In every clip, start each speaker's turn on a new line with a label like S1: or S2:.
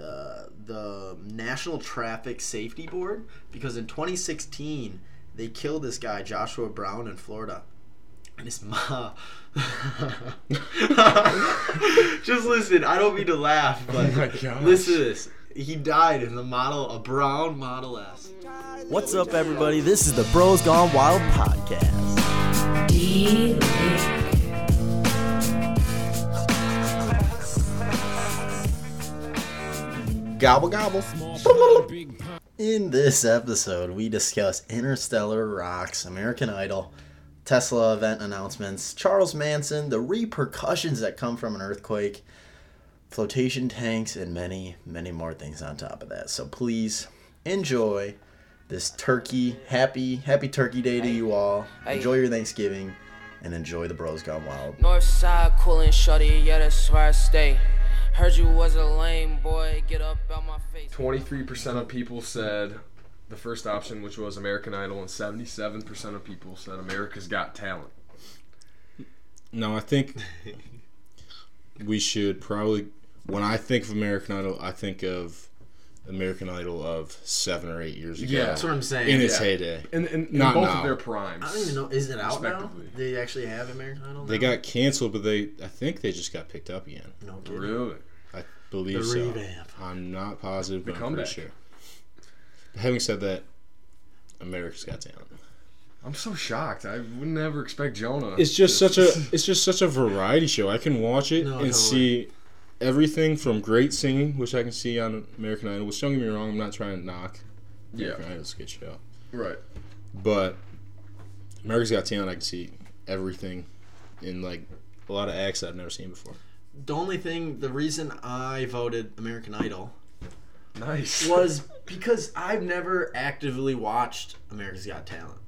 S1: uh, the National Traffic Safety Board because in 2016 they killed this guy Joshua Brown in Florida. And his ma. Just listen. I don't mean to laugh, but
S2: Oh my gosh.
S1: listen to this. He died in the model, a brown Model S.
S3: What's up, everybody? This is the Bros Gone Wild podcast.
S1: Gobble gobble. In this episode, we discuss Interstellar Rocks, American Idol, Tesla event announcements, Charles Manson, the repercussions that come from an earthquake, flotation tanks, and many, many more things on top of that. So please enjoy this turkey. Happy, happy turkey day to you all.
S4: Hey.
S1: Enjoy your Thanksgiving and enjoy the Bros Gone Wild.
S4: North side coolin' shorty, yeah, that's where I stay. Heard you was a lame boy, get up out my face.
S2: 23% of people said the first option, which was American Idol, and 77% of people said America's Got Talent.
S5: No, I think we should probably. When I think of American Idol, I think of American Idol of seven or eight years ago.
S2: Yeah, that's
S1: I'm saying.
S5: in its
S2: Yeah.
S5: heyday.
S2: And, and, and
S5: Not
S2: both
S5: now.
S2: of their primes.
S1: I don't even know. Is it out now?
S2: Respectively.
S1: They actually have American Idol?
S5: They
S1: now?
S5: got canceled, but they I think they just got picked up again.
S1: no kidding.
S2: Really?
S5: I
S1: the
S5: believe so.
S1: revamp.
S5: I'm not positive, but
S2: The
S5: I'm pretty
S2: comeback.
S5: sure. Having said that, America's Got Talent.
S2: I'm so shocked. I would never expect Jonah.
S5: It's just
S2: to-
S5: such a it's just such a variety show. I can watch it
S1: No,
S5: and
S1: totally.
S5: see everything from great singing, which I can see on American Idol. Which don't get me wrong, I'm not trying to knock
S2: Yeah,
S5: American Idol's a good show.
S2: right.
S5: But America's Got Talent, I can see everything in like a lot of acts that I've never seen before.
S1: The only thing, the reason I voted American Idol
S2: Nice.
S1: was because I've never actively watched America's Got Talent.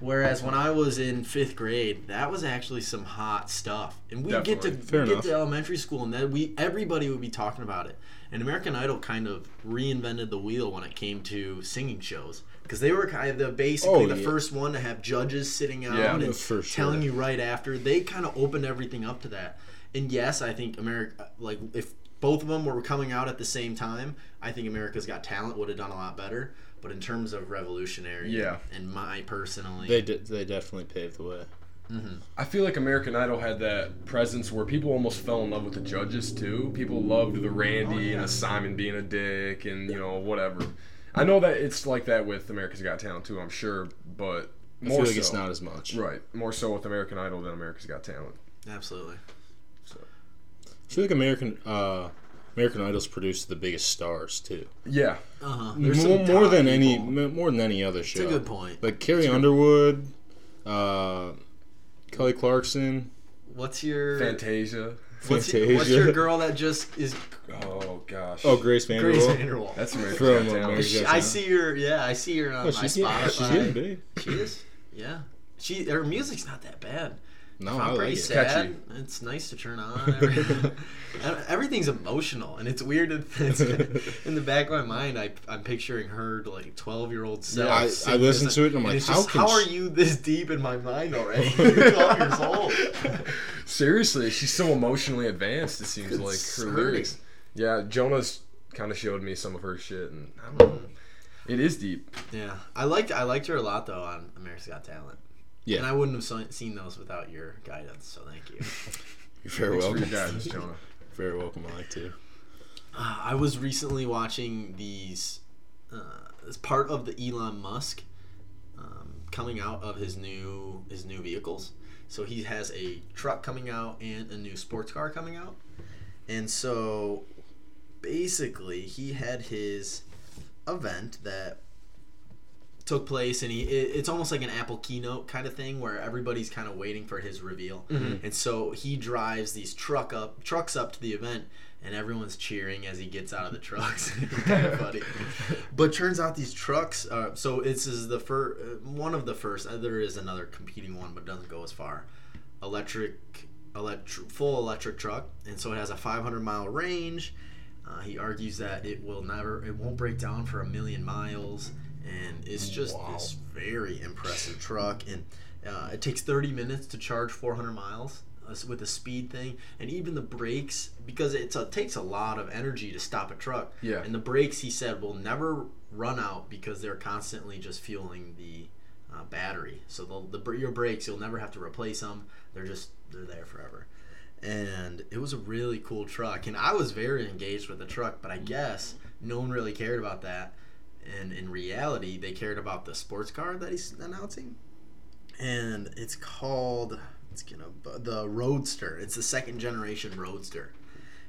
S1: Whereas when I was in fifth grade, that was actually some hot stuff, and we get to
S2: Definitely.
S5: Fair
S1: we'd get
S5: enough.
S1: to elementary school, and then we everybody would be talking about it. And American Idol kind of reinvented the wheel when it came to singing shows because they were kind of the basically
S5: Oh,
S1: the
S5: yeah.
S1: first one to have judges sitting out
S2: Yeah,
S1: and
S5: for sure.
S1: telling you right after. They kind of opened everything up to that. And yes, I think America, like if both of them were coming out at the same time, I think America's Got Talent would have done a lot better. But in terms of revolutionary,
S2: Yeah.
S1: and my personally,
S5: They did. They definitely paved the way.
S2: I feel like American Idol had that presence where people almost fell in love with the judges too. People loved the
S1: Oh,
S2: Randy and the Simon being a dick and you know whatever. I know that it's like that with America's Got Talent too. I'm sure, but
S5: I
S2: more
S5: feel like
S2: so.
S5: it's not as much.
S2: Right, more so with American Idol than America's Got Talent.
S1: absolutely.
S5: I feel like American uh, American Idol's produced the biggest stars too.
S2: Yeah,
S1: Uh huh.
S5: more, more than any m- more than any other show.
S1: It's a good point.
S5: Like Carrie Underwood, uh, Kelly Clarkson,
S1: What's your
S2: Fantasia.
S1: what's,
S5: Fantasia.
S1: what's your girl that just is
S2: Oh gosh.
S5: Oh, Grace
S1: Grace
S5: Vanderwaal.
S1: Vanderwall?
S2: That's America's
S5: From
S2: Got Talent.
S5: America's Got
S1: I
S5: Talent.
S1: see her. Yeah, I see her on my
S5: Oh, she's,
S1: Spotify.
S5: getting, she's getting big.
S1: She is. Yeah. She her music's not that bad.
S5: No,
S1: I'm
S5: Oh, I
S1: pretty
S5: like it.
S1: sad.
S2: Catchy.
S1: It's nice to turn on. Every- Everything's emotional, and it's weird. that It's, in the back of my mind, I, I'm picturing her like 12 year old self.
S5: Yeah, I- I
S1: singing
S5: listened
S1: this,
S5: to it, and I'm like,
S1: it's
S5: how
S1: just,
S5: can
S1: are
S5: she-
S1: you this deep in my mind already? You're 12 years old.
S2: Seriously, she's so emotionally advanced. It seems like
S1: It's
S2: her
S1: hurting.
S2: lyrics. Yeah, Jonah's kind of showed me some of her shit, and I don't know. It is deep.
S1: Yeah, I liked I liked her a lot though on America's Got Talent.
S5: Yeah.
S1: and I wouldn't have se- seen those without your guidance. So thank you.
S5: You're very
S2: Thanks for
S5: welcome.
S2: your guidance, Jonah.
S5: Very welcome. I like to.
S1: Uh, I was recently watching these uh, as part of the Elon Musk um, coming out of his new his new vehicles. So he has a truck coming out and a new sports car coming out. And so basically he had his event that took place and he it, it's almost like an apple keynote kind of thing where everybody's kind of waiting for his reveal and so he drives these truck up trucks up to the event and everyone's cheering as he gets out of the trucks kind of funny but turns out these trucks uh, so this is the first one of the first uh, there is another competing one but doesn't go as far electric electric full electric truck and so it has a 500 mile range uh, he argues that it will never, it won't break down for a million miles, and it's just this very impressive truck. And uh, it takes 30 minutes to charge 400 miles. us- with the speed thing, and even the brakes because it's a, takes a lot of energy to stop a truck.
S2: Yeah.
S1: And the brakes, he said, will never run out because they're constantly just fueling the uh, battery. So the, the br- your brakes, you'll never have to replace them. They're just they're there forever. And it was a really cool truck, and I was very engaged with the truck. But I guess no one really cared about that. And in reality, they cared about the sports car that he's announcing and it's called it's gonna bu- the Roadster. It's the second generation Roadster,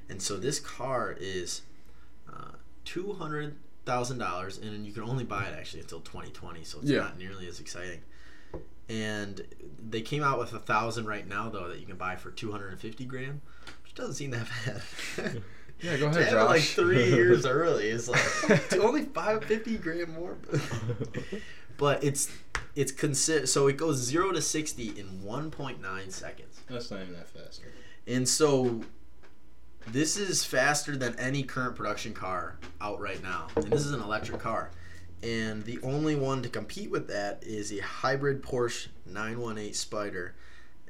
S1: and so this car is uh, two hundred thousand dollars, and you can only buy it actually until twenty twenty. So it's
S2: Yeah.
S1: not nearly as exciting. And they came out with a thousand right now though that you can buy for two hundred and fifty grand, which doesn't seem that bad.
S2: Yeah, go
S1: To
S2: ahead,
S1: have it, like
S2: Josh.
S1: three years early is like to only five fifty grand more. but it's it's consider so it goes zero to sixty in one point nine seconds,
S5: That's not even that fast.
S1: and so this is faster than any current production car out right now, and this is an electric car. And the only one to compete with that is a hybrid Porsche 918 Spider,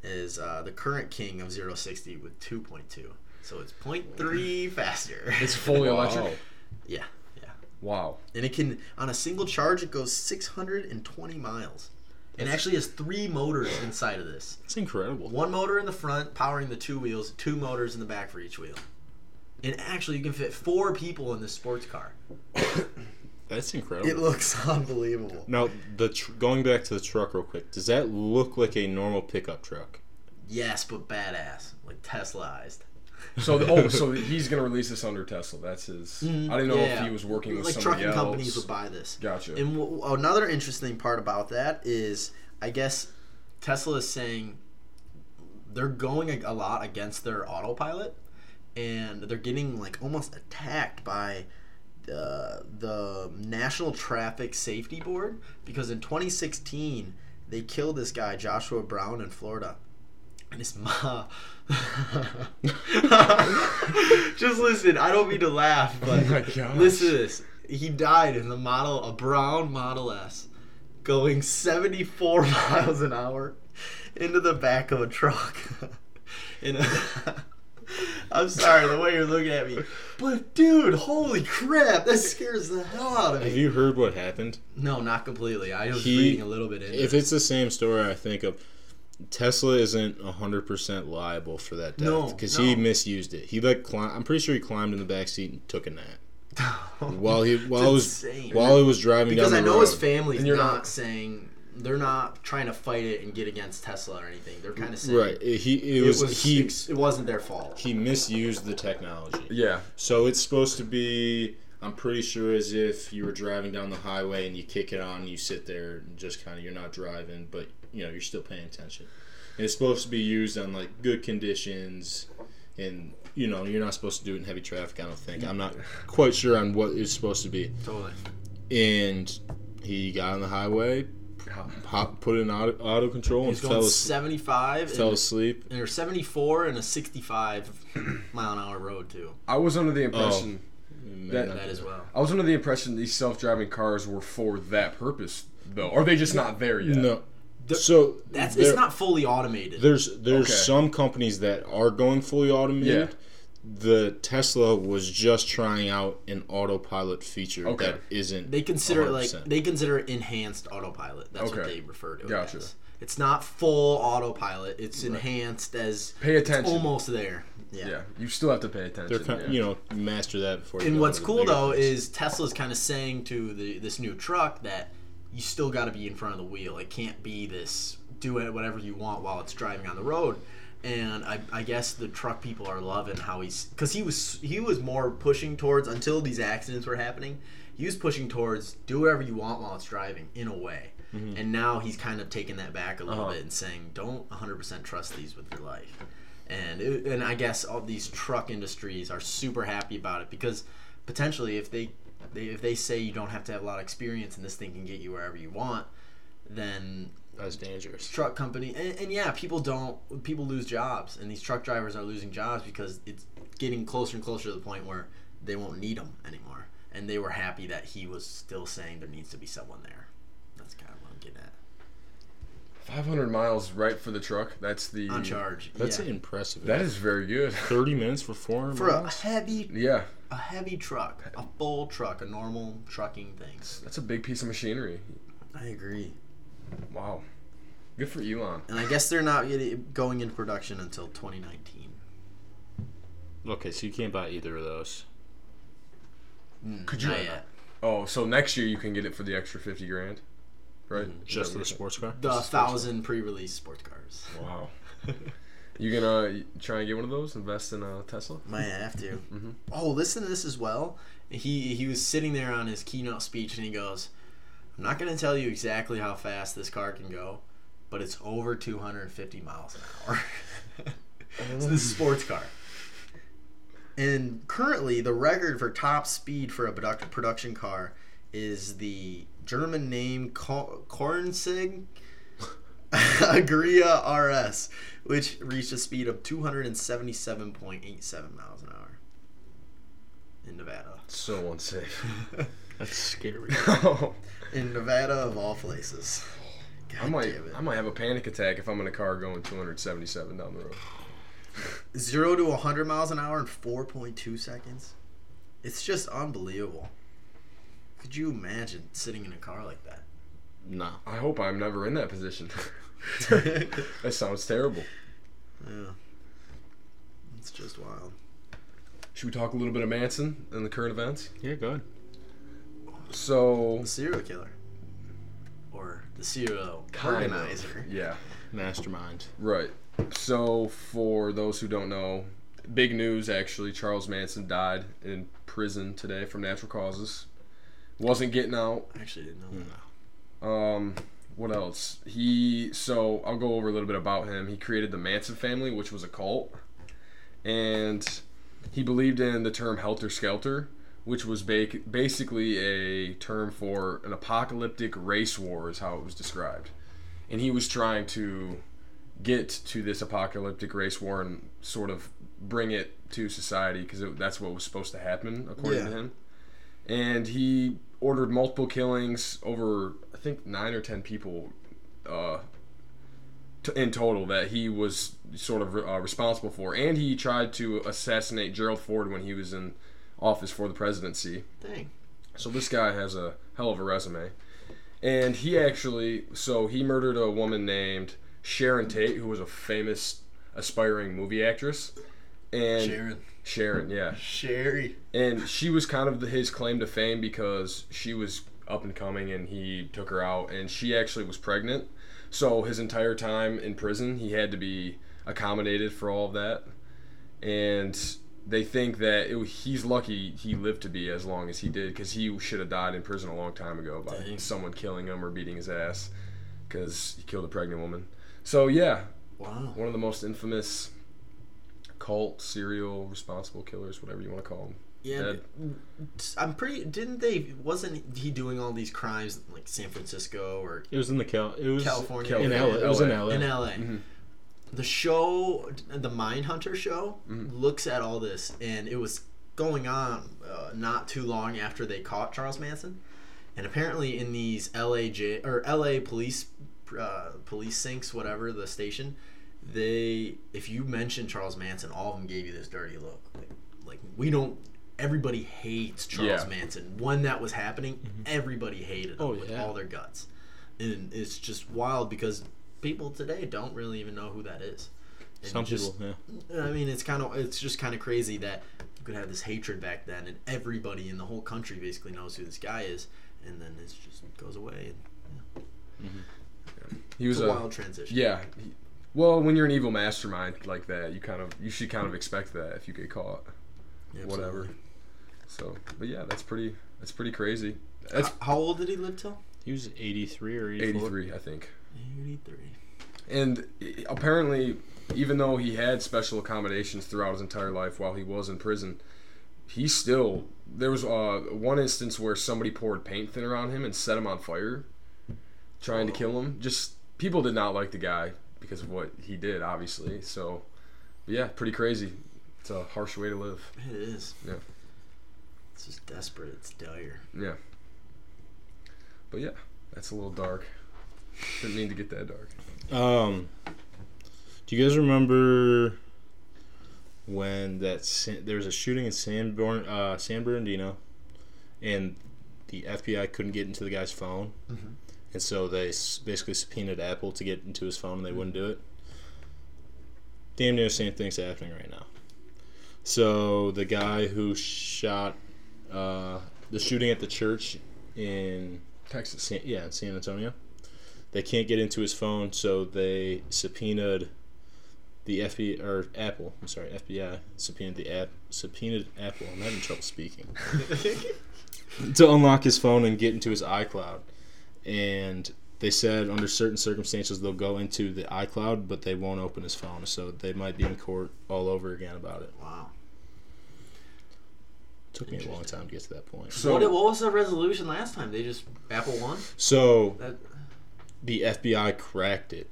S1: is uh, the current king of 0 to 60 with 2.2. So it's 0.3 faster.
S2: It's fully
S5: Wow.
S2: electric.
S1: Yeah, yeah.
S2: Wow.
S1: And it can on a single charge it goes 620 miles. And
S5: That's-
S1: actually has three motors inside of this.
S5: That's incredible.
S1: One motor in the front powering the two wheels, two motors in the back for each wheel. And actually you can fit four people in this sports car.
S5: That's incredible.
S1: It looks unbelievable.
S5: now, the tr- going back to the truck real quick. Does that look like a normal pickup truck?
S1: Yes, but badass. Like Teslaized.
S2: So the, oh, so he's gonna release this under Tesla. That's his.
S1: Mm,
S2: I didn't know if
S1: Yeah.
S2: he was working with
S1: like
S2: somebody
S1: trucking
S2: else.
S1: companies would buy this.
S2: Gotcha.
S1: And w- another interesting part about that is, I guess Tesla is saying they're going a, a lot against their autopilot, and they're getting like almost attacked by the the National Traffic Safety Board because in 2016 they killed this guy Joshua Brown in Florida. And his ma. Just listen. I don't mean to laugh, but
S2: Oh my gosh.
S1: listen to this. He died in the model, a brown Model S, going 74 miles an hour into the back of a truck. in a, I'm sorry the way you're looking at me, but dude, holy crap, that scares the hell out of
S5: Have
S1: me.
S5: you heard what happened?
S1: No, not completely. I was
S5: He-
S1: reading a little bit into
S5: If
S1: it.
S5: it's the same story, I think of Tesla isn't hundred percent liable for that
S1: No,
S5: death because he
S1: no.
S5: misused it. He like clim- I'm pretty sure he climbed in the back seat and took a nap while he while it was
S1: insane.
S5: while he was driving
S1: because I
S5: down the
S1: know his
S5: road.
S1: family's
S2: And you're
S1: not,
S2: not-
S1: saying they're not trying to fight it and get against Tesla or anything. They're kind of saying
S5: Right, it- he it,
S1: it,
S5: was,
S1: was,
S5: he
S1: it's- it wasn't their fault.
S5: he misused the technology.
S2: Yeah.
S5: So it's supposed to be. I'm pretty sure as if you were driving down the highway and you kick it on, you sit there and just kind of you're not driving, but you know you're still paying attention. And it's supposed to be used on like good conditions, and you know you're not supposed to do it in heavy traffic. I don't think. I'm not quite sure on what it's supposed to be.
S1: Totally.
S5: And he got on the highway, pop, put it in auto, auto control, and
S1: He's going
S5: fell as,
S1: 75
S5: fell
S1: and,
S5: asleep.
S1: and or 74 and a 65 mile an hour road too.
S2: I was under the impression.
S5: Oh.
S2: That-
S5: uh,
S1: That as well.
S2: I was under the impression these self-driving cars were for that purpose, though. Are they just not there yet?
S5: no.
S1: The-
S5: so
S1: That's
S5: there-
S1: it's not fully automated.
S5: There's there's
S2: Okay.
S5: some companies that are going fully automated.
S2: Yeah.
S5: The Tesla was just trying out an autopilot feature
S2: Okay.
S5: that isn't.
S1: They consider it like
S5: 100%.
S1: they consider it enhanced autopilot. That's what
S2: Okay.
S1: they refer to. it
S2: Gotcha.
S1: as. It's not full autopilot. It's enhanced as
S2: Pay
S1: it's
S2: attention.
S1: almost there. Yeah.
S2: Yeah. You still have to pay
S5: They're
S2: attention.
S5: kind,
S2: yeah.
S5: you know master that before. you
S1: And
S5: go
S1: what's
S5: to the
S1: cool
S5: bigger
S1: though
S5: things.
S1: is Tesla's kind of saying to the, this new truck that you still got to be in front of the wheel. It can't be this do it whatever you want while it's driving on the road. And I, I guess the truck people are loving how he's because he was he was more pushing towards until these accidents were happening. He was pushing towards do whatever you want while it's driving in a way. And now he's kind of taking that back a little
S2: Uh-huh.
S1: bit and saying don't 100% trust these with your life and it, and I guess all these truck industries are super happy about it because potentially if they, they if they say you don't have to have a lot of experience and this thing can get you wherever you want, then
S5: that's dangerous.
S1: truck company and, and yeah people don't people lose jobs and these truck drivers are losing jobs because it's getting closer and closer to the point where they won't need them anymore and they were happy that he was still saying there needs to be someone there. That's kind of what I'm getting at.
S2: 500 miles right for the truck. That's the
S1: on charge.
S5: That's
S1: yeah.
S5: impressive.
S2: That is very good.
S5: thirty minutes for four hundred
S1: for a
S5: miles.
S1: heavy
S2: yeah,
S1: a heavy truck, a full truck, a normal trucking thing.
S2: that's a big piece of machinery.
S1: I agree.
S2: Wow, good for Elon.
S1: And I guess they're not getting- going into production until 2019.
S5: Okay, so you can't buy either of those.
S2: Could you?
S1: Not yet.
S2: Oh, so next year you can get it for the extra 50 grand, right?
S5: Just for the
S2: Is that
S5: sports car.
S1: The thousand pre-release sports cars.
S2: what- Wow. You gonna uh, try and get one of those? Invest in a Tesla?
S1: Might have to. Oh, listen to this as well. He he was sitting there on his keynote speech and he goes, "I'm not going to tell you exactly how fast this car can go, but it's over 250 miles an hour." so this is a sports car. And currently, the record for top speed for a product- production car is the German name Ko- Kornsig Agria RS, which reached a speed of 277.87 miles an hour in Nevada.
S2: So unsafe.
S5: That's scary.
S2: Oh.
S1: In Nevada, of all places. God
S2: I might,
S1: damn it.
S2: I might have a panic attack if I'm in a car going 277 down the road.
S1: Zero to 100 miles an hour in 4.2 seconds. It's just unbelievable. Could you imagine sitting in a car like that?
S5: no.
S2: I hope I'm never in that position. that sounds terrible.
S1: Yeah. It's just wild.
S2: Should we talk a little bit of Manson and the current events?
S5: Yeah, go ahead.
S2: So,
S1: The serial killer. Or the serial organizer.
S2: yeah,
S5: Mastermind.
S2: right. So, for those who don't know, big news actually Charles Manson died in prison today from natural causes. Wasn't getting out.
S1: I actually didn't know that.
S2: Um, what else? He so I'll go over a little bit about him. He created the Manson family, which was a cult, and he believed in the term helter skelter, which was ba- basically a term for an apocalyptic race war, is how it was described. And he was trying to get to this apocalyptic race war and sort of bring it to society because that's what was supposed to happen according to
S1: Yeah.
S2: him and he ordered multiple killings over I think nine or ten people uh, t- in total that he was sort of uh, responsible for, and he tried to assassinate Gerald Ford when he was in office for the presidency.
S1: Dang.
S2: So this guy has a hell of a resume, and he actually so he murdered a woman named Sharon Tate, who was a famous aspiring movie actress, and
S1: Sharon.
S2: Sharon, yeah.
S1: Sherry.
S2: And she was kind of the, his claim to fame because she was up and coming and he took her out and she actually was pregnant. So his entire time in prison, he had to be accommodated for all of that. And they think that it, he's lucky he lived to be as long as he did because he should have died in prison a long time ago by
S1: Dang.
S2: someone killing him or beating his ass because he killed a pregnant woman. So, yeah,
S1: Wow.
S2: one of the most infamous cult, serial, responsible killers, whatever you want to call them.
S1: Yeah, I'm pretty. Didn't they? Wasn't he doing all these crimes in, like San Francisco or
S5: It was in the Cal. It was
S1: California?
S2: Cal-
S5: in LA. It was in LA.
S1: in LA. The show, the Mindhunter show, looks at all this, and it was going on uh, not too long after they caught Charles Manson, and apparently in these LA j- or LA police uh, police sinks, whatever the station, they if you mentioned Charles Manson, all of them gave you this dirty look, like, like we don't. Everybody hates Charles
S2: Yeah.
S1: Manson. When that was happening, everybody hated him
S5: Mm-hmm. Oh,
S1: with
S5: yeah.
S1: all their guts and it's just wild because people today don't really even know who that is. And
S5: Some
S1: just,
S5: people, yeah.
S1: I mean, it's kind of it's just kind of crazy that you could have this hatred back then, and everybody in the whole country basically knows who this guy is, and then it just goes away.
S2: He was
S1: It's a
S2: a,
S1: wild transition.
S2: yeah. he- well, when you're an evil mastermind like that, you kind of you should kind of expect that if you get caught,
S1: Absolutely.
S2: whatever. So, but yeah, that's pretty that's pretty crazy. That's
S1: H- How old did he live till?
S5: He was 83 or 84.
S2: 83, I think.
S1: Eighty-three.
S2: And apparently, even though he had special accommodations throughout his entire life while he was in prison, he still there was uh, one instance where somebody poured paint thinner on him and set him on fire, trying to kill him. Just people did not like the guy because of what he did, obviously. So, but yeah, pretty crazy. It's a harsh way to live.
S1: It is.
S2: Yeah.
S1: It's just desperate. It's dire.
S2: Yeah. But yeah, that's a little dark. Didn't mean to get that dark.
S5: Um, do you guys remember when that San, there was a shooting in San, Born, uh, San Bernardino, and the FBI couldn't get into the guy's phone,
S1: Mhm.
S5: and so they s- basically subpoenaed Apple to get into his phone, and they wouldn't do it. Damn near the same thing's happening right now. So the guy who shot uh, the shooting at the church in
S2: Texas.
S5: San, yeah, in San Antonio. They can't get into his phone, so they subpoenaed the FBI or Apple. I'm sorry, FBI subpoenaed the app, subpoenaed Apple. I'm having trouble speaking to unlock his phone and get into his iCloud. And they said under certain circumstances they'll go into the iCloud, but they won't open his phone. So they might be in court all over again about it.
S1: Wow.
S5: Took me a long time to get to that point.
S2: So
S1: what, what was the resolution last time? They just Apple won.
S5: So
S1: That,
S5: the FBI cracked it.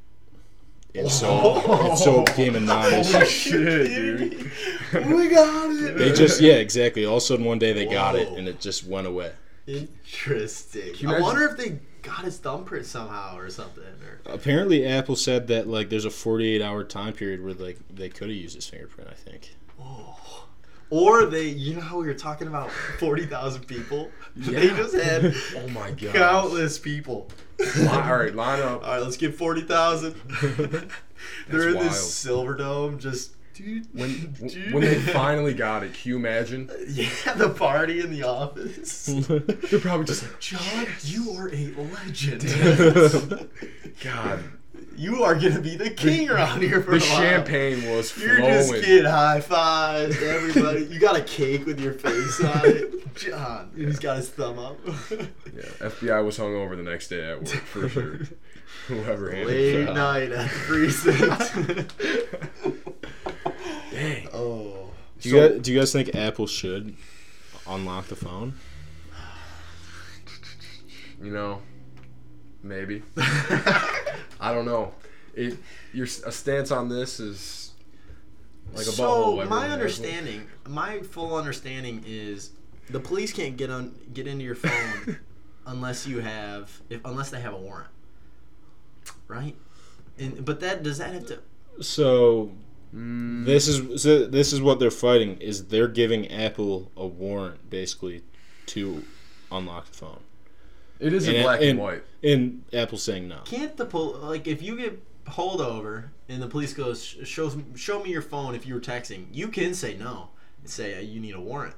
S5: And so, and so it became a non issue.
S2: shit, dude.
S1: we got it.
S5: They just yeah, exactly. All of a sudden one day they got it
S1: Whoa.
S5: and it just went away.
S1: Interesting.
S2: you
S1: I
S2: imagine-
S1: wonder if they got his thumbprint somehow or something. Or
S5: Apparently Apple said that like there's a 48 hour time period where like they could have used his fingerprint, I think.
S1: oh. Or they, you know how we were talking about forty thousand people. They
S2: Yeah.
S1: just had
S2: Oh my god.
S1: countless people.
S2: All right, line up.
S1: All right, let's get forty thousand. They're in
S2: wild.
S1: this silver dome, just dude.
S2: When
S1: dude.
S2: when they finally got it, can you imagine?
S1: yeah, the party in the office.
S2: They're probably just
S1: John, you are a legend.
S2: God.
S1: you are gonna be the king around here for
S2: The
S1: a while.
S2: champagne was
S1: You're
S2: flowing.
S1: just getting high fives, everybody. you got a cake with your face on it, John. He's got his thumb up.
S2: Yeah, FBI was hung over the next day at work for sure. Whoever handled
S1: Late
S2: that.
S1: night at the precinct.
S2: Dang.
S1: oh,
S5: Do
S2: So-
S5: you guys, do you guys think Apple should unlock the phone?
S2: You know, maybe. I don't know. It your s- a stance on this is like a butthole.
S1: so
S2: everyone
S1: my
S2: has one.
S1: understanding, my full understanding is, the police can't get on get into your phone unless you have if unless they have a warrant, right? And but that does that have to
S5: So
S2: Mm.
S5: this is so this is what they're fighting is they're giving Apple a warrant basically to unlock the phone.
S2: It is in
S5: And-
S2: black and,
S5: and-
S2: white.
S5: And Apple saying no.
S1: can't the pol- like if you get pulled over and the police goes "Sh- shows show me your phone if you were texting you can say no and say uh, you need a warrant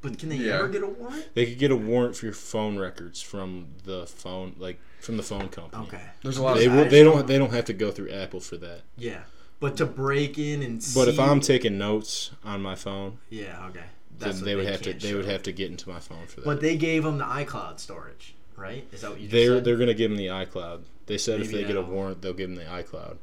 S1: but can they
S2: Yeah.
S1: ever get a warrant
S5: They could get a warrant for your phone records from the phone like from the phone company.
S1: okay
S2: There's a lot
S5: They
S2: of
S5: will, they don't they don't have to go through Apple for that.
S1: yeah but to break in and
S5: But if
S1: see-
S5: I'm taking notes on my phone,
S1: yeah okay
S5: then
S1: what
S5: they would have to
S1: can't
S5: they
S1: show.
S5: would have to get into my phone for that.
S1: but they gave them the iCloud storage right is that what you just
S5: they're
S1: said?
S5: they're gonna give them the iCloud. They said if
S1: Maybe
S5: they get a
S1: that'll-
S5: warrant, they'll give them the iCloud.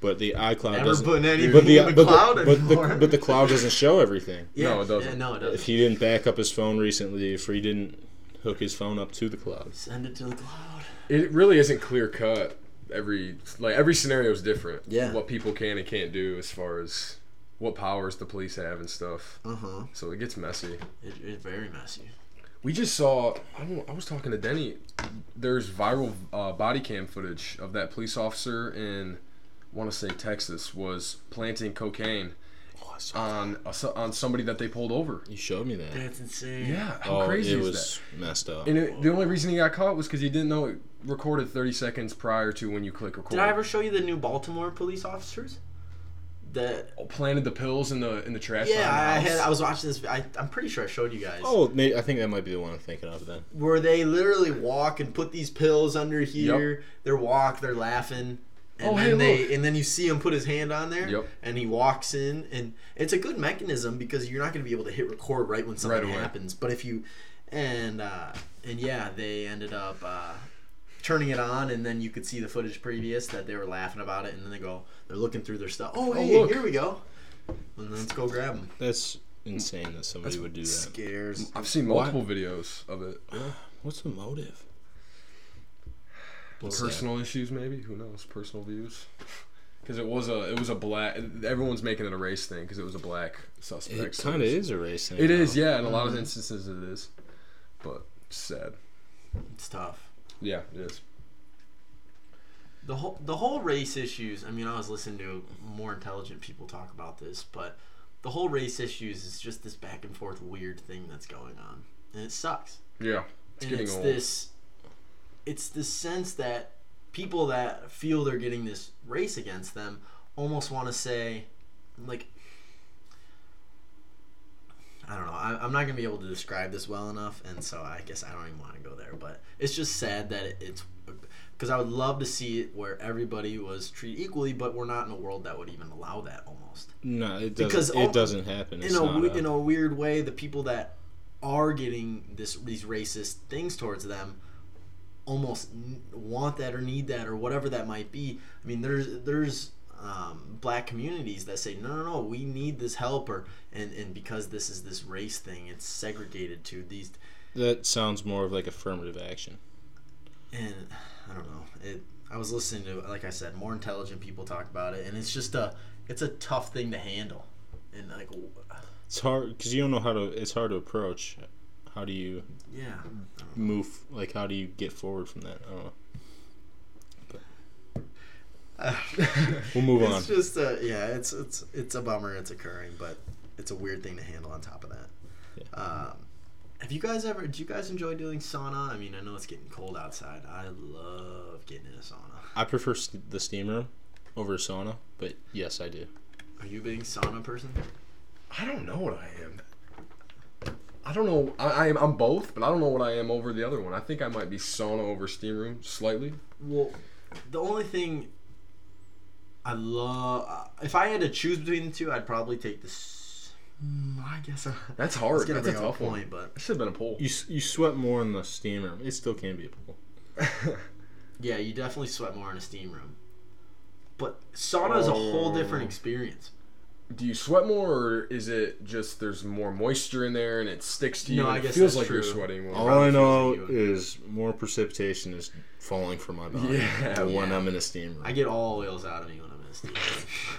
S5: But the iCloud
S1: never
S5: doesn't.
S1: putting anything
S5: but the,
S1: in the
S5: but,
S1: cloud
S5: the, but,
S1: anymore
S5: the, but the cloud doesn't show everything.
S1: yeah,
S2: No, it doesn't.
S1: yeah, no it
S5: If
S1: doesn't
S5: he didn't back up his phone recently, if he didn't hook his phone up to the cloud,
S1: send it to the cloud
S2: It really isn't clear cut. Every like every scenario is different.
S1: Yeah.
S2: What people can and can't do as far as what powers the police have and stuff.
S1: uh-huh
S2: So it gets messy.
S1: it, it's very messy
S2: We just saw. I don't. know, I was talking to Denny. There's viral uh, body cam footage of that police officer in, I want to say Texas, was planting cocaine on a, so- on somebody that they pulled over.
S5: you showed me that.
S1: that's insane
S2: Yeah, how
S5: Oh,
S2: crazy
S5: it
S2: is
S5: was messed up.
S2: that? And it, the only reason he got caught was because he didn't know it recorded 30 seconds prior to when you click record.
S1: Did I ever show you the new Baltimore police officers? That
S2: planted the pills in the in the trash?
S1: yeah, I
S2: on
S1: had.
S2: the house?
S1: I was watching this. I, I'm pretty sure I showed you guys.
S5: Oh, may- I think that might be the one I'm thinking of then.
S1: Where they literally walk and put these pills under here. They're walk. They're laughing. And
S2: Oh,
S1: then
S2: hey,
S1: they,
S2: look.
S1: And then you see him put his hand on there.
S2: Yep.
S1: And he walks in, and it's a good mechanism because you're not going to be able to hit record right when something
S2: Right away.
S1: happens. But if you, and uh, and yeah, they ended up. Uh, turning it on, and then you could see the footage previous that they were laughing about it, and then they go, they're looking through their stuff. Oh, hey,
S2: look.
S1: here we go. And then let's go grab them.
S5: That's insane that somebody would do that.
S1: Scares.
S2: I've seen
S5: Why-
S2: multiple videos of it.
S5: What's the motive? What's that?
S2: personal issues maybe who knows personal views because it was a it was a black everyone's making it a race thing because it was a black suspect
S5: It
S2: so
S5: kind of
S2: it's-
S5: is a race. thing,
S2: it is
S5: though.
S2: yeah in a lot
S1: Mm-hmm.
S2: of instances it is but sad
S1: It's tough.
S2: yeah it is
S1: the whole the whole race issues. I mean, I was listening to more intelligent people talk about this, but the whole race issues is just this back and forth weird thing that's going on, and it sucks.
S2: Yeah, it's
S1: and
S2: getting
S1: it's
S2: old.
S1: this it's this sense that people that feel they're getting this race against them almost want to say like I don't know. I, I'm not gonna be able to describe this well enough, and so I guess I don't even want to go there. But it's just sad that it, it's because I would love to see it where everybody was treated equally, but we're not in a world that would even allow that almost
S5: No, it doesn't.
S1: Because all-
S5: it doesn't happen. It's
S1: in a,
S5: not
S1: we-
S5: a-
S1: in a weird way, the people that are getting this these racist things towards them almost n- want that or need that or whatever that might be. I mean, there's there's um, black communities that say no, no, no, we need this help, or and and because this is this race thing, it's segregated to these,
S5: that sounds more of like affirmative action.
S1: and I don't know. It I was listening to like I said, more intelligent people talk about it, and it's just a it's a tough thing to handle, and like w-
S5: It's hard because you don't know how to. It's hard to approach. How do you
S1: yeah.
S5: move? Like, how do you get forward from that? I don't know. We'll move on.
S1: It's just a yeah, it's it's it's a bummer it's occurring, but it's a weird thing to handle on top of that. Um, have you guys ever? Do you guys enjoy doing sauna? I mean, I know it's getting cold outside. I love getting in a sauna.
S5: I prefer st- the steam room over a sauna, but yes, I do.
S1: Are you a big sauna person?
S2: I don't know what I am. I don't know. I, I am. I'm both, but I don't know what I am over the other one. I think I might be sauna over steam room slightly.
S1: Well, the only thing I love, uh, if I had to choose between the two, I'd probably take this. I guess I,
S2: That's
S1: I
S2: hard.
S1: was gonna
S2: That's a
S1: bring up
S2: tough
S1: a
S2: one.
S1: point, but
S2: It should have been a poll.
S5: You s- you sweat more in the steam room. It still can be a pool.
S1: yeah, you definitely sweat more in a steam room. But sauna is a whole different
S2: Oh.
S1: experience.
S2: Do you sweat more, or is it just there's more moisture in there and it sticks to you?
S1: No,
S2: and
S1: I
S2: it
S1: guess
S2: feels
S1: that's
S2: like you're
S1: true.
S2: sweating more.
S5: All I know
S1: feels like you-
S5: is more precipitation is falling from my body
S2: Yeah.
S5: when
S1: Yeah.
S5: I'm in a steam room.
S1: I get all oils out of me when I'm in a steam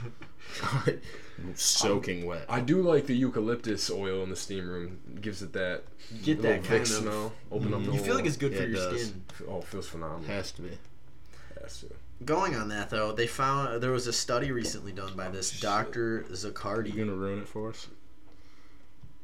S1: room.
S5: I'm soaking wet.
S2: I do like the eucalyptus oil in the steam room. It gives it that
S1: Get
S2: little
S1: that kind
S2: thick
S1: of.
S2: smell. Open up. The
S1: You feel like it's good
S5: Yeah,
S1: for
S5: it
S1: your
S5: does.
S1: skin.
S2: Oh, it feels phenomenal.
S5: has to be.
S2: Has to.
S1: Going on that though, they found there was a study recently done by this Dr. Zaccardi.
S5: You gonna ruin it for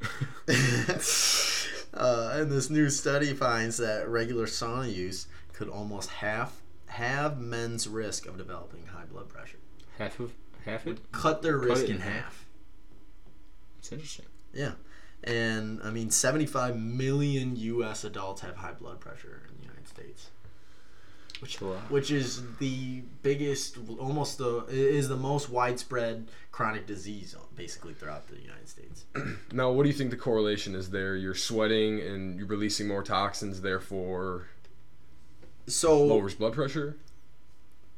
S5: us?
S1: uh, and this new study finds that regular sauna use could almost half halve men's risk of developing high blood pressure.
S5: Half of half it.
S1: Cut their risk
S5: it
S1: in
S5: in half.
S1: half.
S5: It's interesting.
S1: Yeah. And I mean 75 million US adults have high blood pressure in the United States. Which
S5: a lot.
S1: which is the biggest almost the is the most widespread chronic disease basically throughout the United States.
S2: Now, what do you think the correlation is there? You're sweating and you're releasing more toxins, therefore
S1: So
S2: lowers blood pressure.